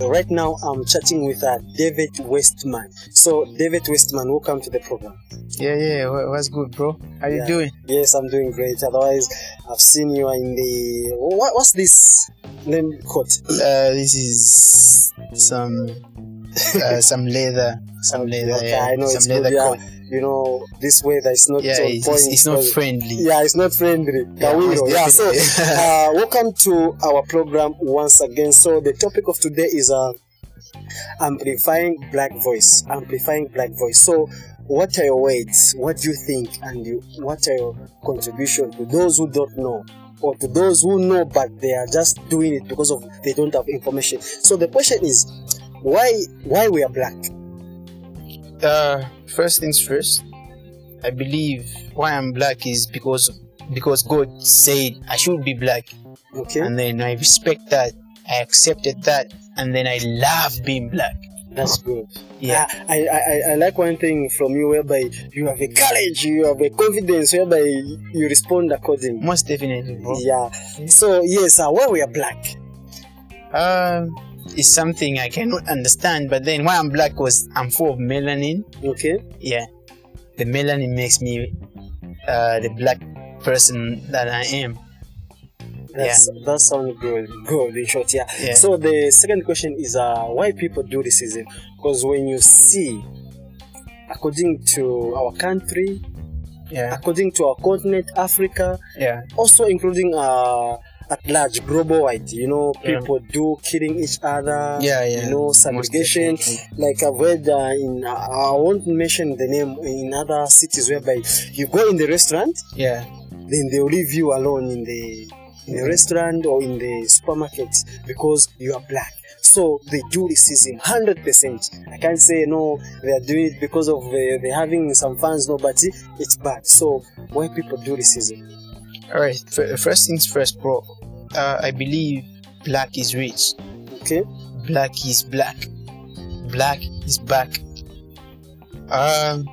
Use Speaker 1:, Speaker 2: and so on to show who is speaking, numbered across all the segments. Speaker 1: Right now, I'm chatting with uh, David Westman. So, David Westman, welcome to the program.
Speaker 2: Yeah, yeah, wha- what's good, bro? How you
Speaker 1: Yeah.
Speaker 2: doing?
Speaker 1: Yes, I'm doing great. Otherwise, I've seen you are in the. What, what's this name called?
Speaker 2: Uh, this is some uh, some leather, some leather,
Speaker 1: okay,
Speaker 2: yeah,
Speaker 1: I know
Speaker 2: some
Speaker 1: it's
Speaker 2: leather
Speaker 1: good. Yeah,
Speaker 2: coat.
Speaker 1: you know, this weather is not
Speaker 2: Yeah,
Speaker 1: on
Speaker 2: it's,
Speaker 1: point
Speaker 2: it's, it's not
Speaker 1: because-
Speaker 2: friendly.
Speaker 1: Yeah, it's not friendly.
Speaker 2: Yeah,
Speaker 1: Kawiro,
Speaker 2: most
Speaker 1: yeah, so
Speaker 2: definitely.
Speaker 1: uh, welcome to our program once again. So the topic of today is uh, amplifying black voice. Amplifying black voice. So what are your words? What do you think? And you, what are your contribution to those who don't know? Or to those who know but they are just doing it because of they don't have information. So the question is why why we are black?
Speaker 2: Uh, first things first, I believe why I'm black is because because God said I should be black,
Speaker 1: Okay?
Speaker 2: and then I respect that, I accepted that, and then I love being black.
Speaker 1: That's good.
Speaker 2: Yeah.
Speaker 1: I, I, I- I like one thing from you whereby you have a courage, you have a confidence whereby you respond accordingly.
Speaker 2: Most definitely, bro.
Speaker 1: Yeah. So yes, uh, why we are black?
Speaker 2: Um, it's something I cannot understand. But then why I'm black was I'm full of melanin.
Speaker 1: Okay.
Speaker 2: Yeah, the melanin makes me uh, the black person that I am.
Speaker 1: That's, That sounds good. Good in short, yeah.
Speaker 2: Yeah.
Speaker 1: So the second question is uh, why people do racism? Because when you see, according to our country,
Speaker 2: yeah,
Speaker 1: according to our continent, Africa,
Speaker 2: yeah,
Speaker 1: also including uh, at large global wide you know
Speaker 2: Yeah.
Speaker 1: people do killing each other
Speaker 2: Yeah, yeah.
Speaker 1: you know
Speaker 2: Most
Speaker 1: segregation
Speaker 2: definitely.
Speaker 1: like i've read uh, in uh, i won't mention the name in other cities whereby you go in the restaurant
Speaker 2: yeah,
Speaker 1: then they'll leave you alone in the in the restaurant or in the supermarket because you are black so they do racism 100% i can't say no they are doing it because of uh, they're having some fans no but it- it's bad so why people do racism
Speaker 2: All right. F- first things first, bro. Uh, I believe black is rich.
Speaker 1: okay
Speaker 2: Black is black. Black is back. Um,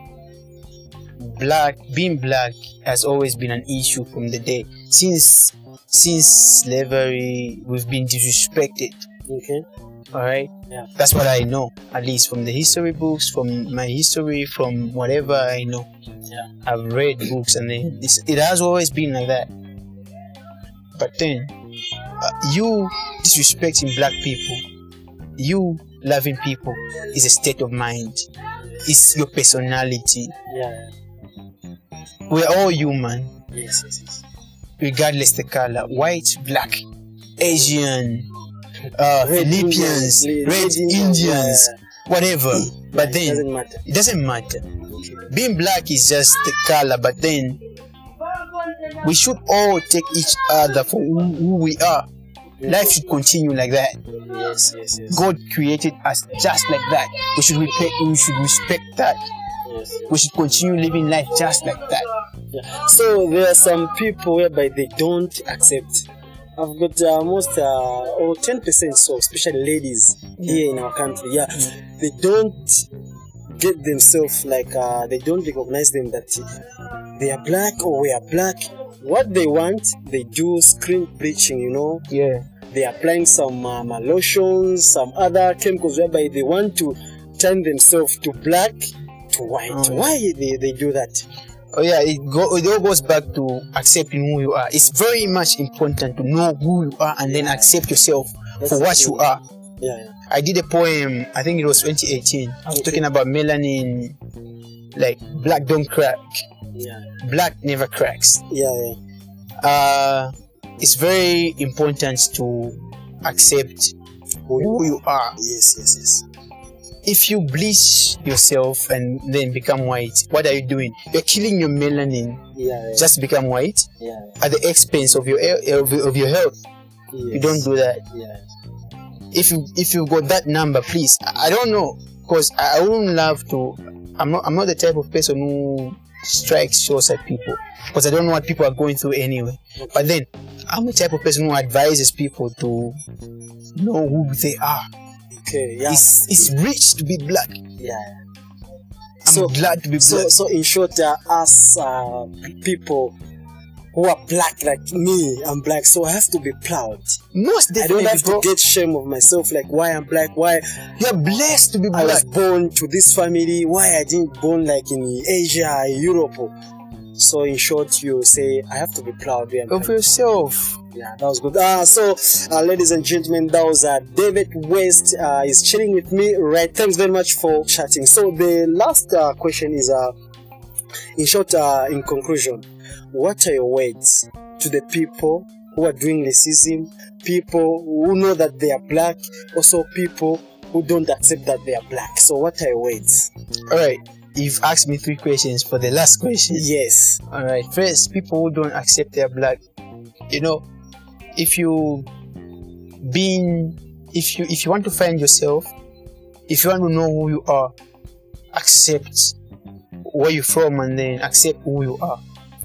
Speaker 2: black being black has always been an issue from the day since since slavery. We've been disrespected.
Speaker 1: okay
Speaker 2: All right.
Speaker 1: Yeah.
Speaker 2: That's what I know, at least from the history books, from my history, from whatever I know.
Speaker 1: Yeah.
Speaker 2: I've read books, and then it's, it has always been like that. But then, uh, you disrespecting black people, you loving people, is a state of mind. It's your personality.
Speaker 1: yeah
Speaker 2: We're all human,
Speaker 1: Yes, yes, yes.
Speaker 2: regardless the color, white, black, Asian, uh, Philippians, Red Indians whatever. But
Speaker 1: it
Speaker 2: then
Speaker 1: doesn't matter.
Speaker 2: it doesn't matter. Being black is just the color, but then we should all take each other for who, who we are. Life should continue like that.
Speaker 1: Yes, yes, yes.
Speaker 2: God created us just like that. We should respect, we should respect that.
Speaker 1: yes.
Speaker 2: We should continue living life just like that.
Speaker 1: Yeah. So there are some people whereby they don't accept. I've got uh, most uh, or ten percent, so especially ladies here in our country. Yeah, they don't get themselves like uh, they don't recognize them that they are black or we are black. What they want, they do screen preaching, you know.
Speaker 2: Yeah.
Speaker 1: they are applying some um, lotions, some other chemicals whereby they want to turn themselves to black, to white.
Speaker 2: Mm.
Speaker 1: Why they, they do that?
Speaker 2: Oh yeah, it, go, it all goes back to accepting who you are. It's very much important to know who you are and then accept yourself for
Speaker 1: That's
Speaker 2: what you
Speaker 1: true.
Speaker 2: are.
Speaker 1: Yeah, yeah.
Speaker 2: I did a poem, I think it was 2018. I was
Speaker 1: Okay.
Speaker 2: talking about melanin, like black don't crack,
Speaker 1: yeah,
Speaker 2: black never cracks.
Speaker 1: yeah, yeah.
Speaker 2: Uh, it's very important to accept
Speaker 1: Who you
Speaker 2: who
Speaker 1: are.
Speaker 2: you are.
Speaker 1: Yes, yes, yes.
Speaker 2: If you bleach yourself and then become white, what are you doing? You're killing your melanin.
Speaker 1: Yeah, yeah.
Speaker 2: Just become white
Speaker 1: yeah,
Speaker 2: at the expense of your he- of, of your health.
Speaker 1: yeah. Yes.
Speaker 2: You don't do that.
Speaker 1: Yeah,
Speaker 2: if you if you got that number, please. I I don't know, cause I I wouldn't love to. I'm not I'm not the type of person who strikes shots at people, cause I don't know what people are going through anyway. But then, I'm the type of person who advises people to know who they are.
Speaker 1: okay, yeah,
Speaker 2: It's it's rich to be black.
Speaker 1: yeah.
Speaker 2: I'm
Speaker 1: So-
Speaker 2: glad to be black.
Speaker 1: So, so in short, uh, us uh, um, people who are black like me. I'm black, so I have to be proud.
Speaker 2: Most
Speaker 1: I don't
Speaker 2: definitely,
Speaker 1: have to
Speaker 2: bro.
Speaker 1: get shame of myself, like why I'm black, why
Speaker 2: You're blessed to be
Speaker 1: I
Speaker 2: black.
Speaker 1: was born to this family, why I didn't born like in Asia, Europe. So in short, you say I have to be proud. where I'm
Speaker 2: Of
Speaker 1: from.
Speaker 2: yourself.
Speaker 1: Yeah, that was good. Uh, so, uh, ladies and gentlemen, that was uh, David West uh, is chilling with me, right? Thanks very much for chatting. So the last uh, question is, uh, in short, uh, in conclusion, what are your words to the people who are doing racism, people who know that they are black, also people who don't accept that they are black? So what are your words?
Speaker 2: All right. You've asked me three questions for the last question.
Speaker 1: Yes.
Speaker 2: All right. First, people who don't accept their black, you know, if you being, if you if you want to find yourself, if you want to know who you are, accept where you're from and then accept who you are.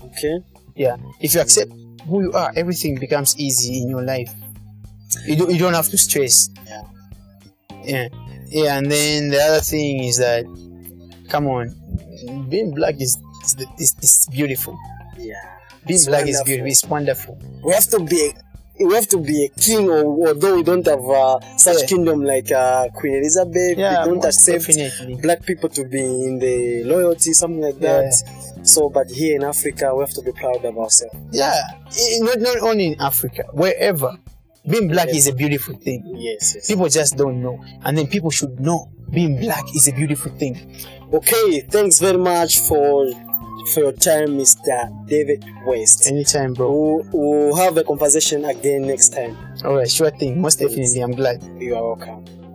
Speaker 1: Okay.
Speaker 2: Yeah. If you accept who you are, everything becomes easy in your life. You don't you don't have to stress.
Speaker 1: Yeah.
Speaker 2: Yeah. Yeah. And then the other thing is that, come on, being black is is, is, is beautiful.
Speaker 1: Yeah.
Speaker 2: Being
Speaker 1: It's
Speaker 2: black
Speaker 1: wonderful.
Speaker 2: is beautiful. It's wonderful.
Speaker 1: we have to be we have to be a king or although we don't have uh, such
Speaker 2: Yeah.
Speaker 1: kingdom like uh, queen elizabeth we don't
Speaker 2: most
Speaker 1: accept
Speaker 2: definitely.
Speaker 1: black people to be in the loyalty something like that so but here in africa we have to be proud of ourselves
Speaker 2: Yeah, i- not not only in Africa, wherever. Being black
Speaker 1: Yeah.
Speaker 2: is a beautiful thing.
Speaker 1: yes, yes.
Speaker 2: People just don't know, and then people should know. Being black is a beautiful thing.
Speaker 1: okay thanks very much for for your time mr david west
Speaker 2: Anytime, bro.
Speaker 1: we'll, we'll have a conversation again next time
Speaker 2: All right, sure thing. Most definitely, I'm glad.
Speaker 1: you are welcome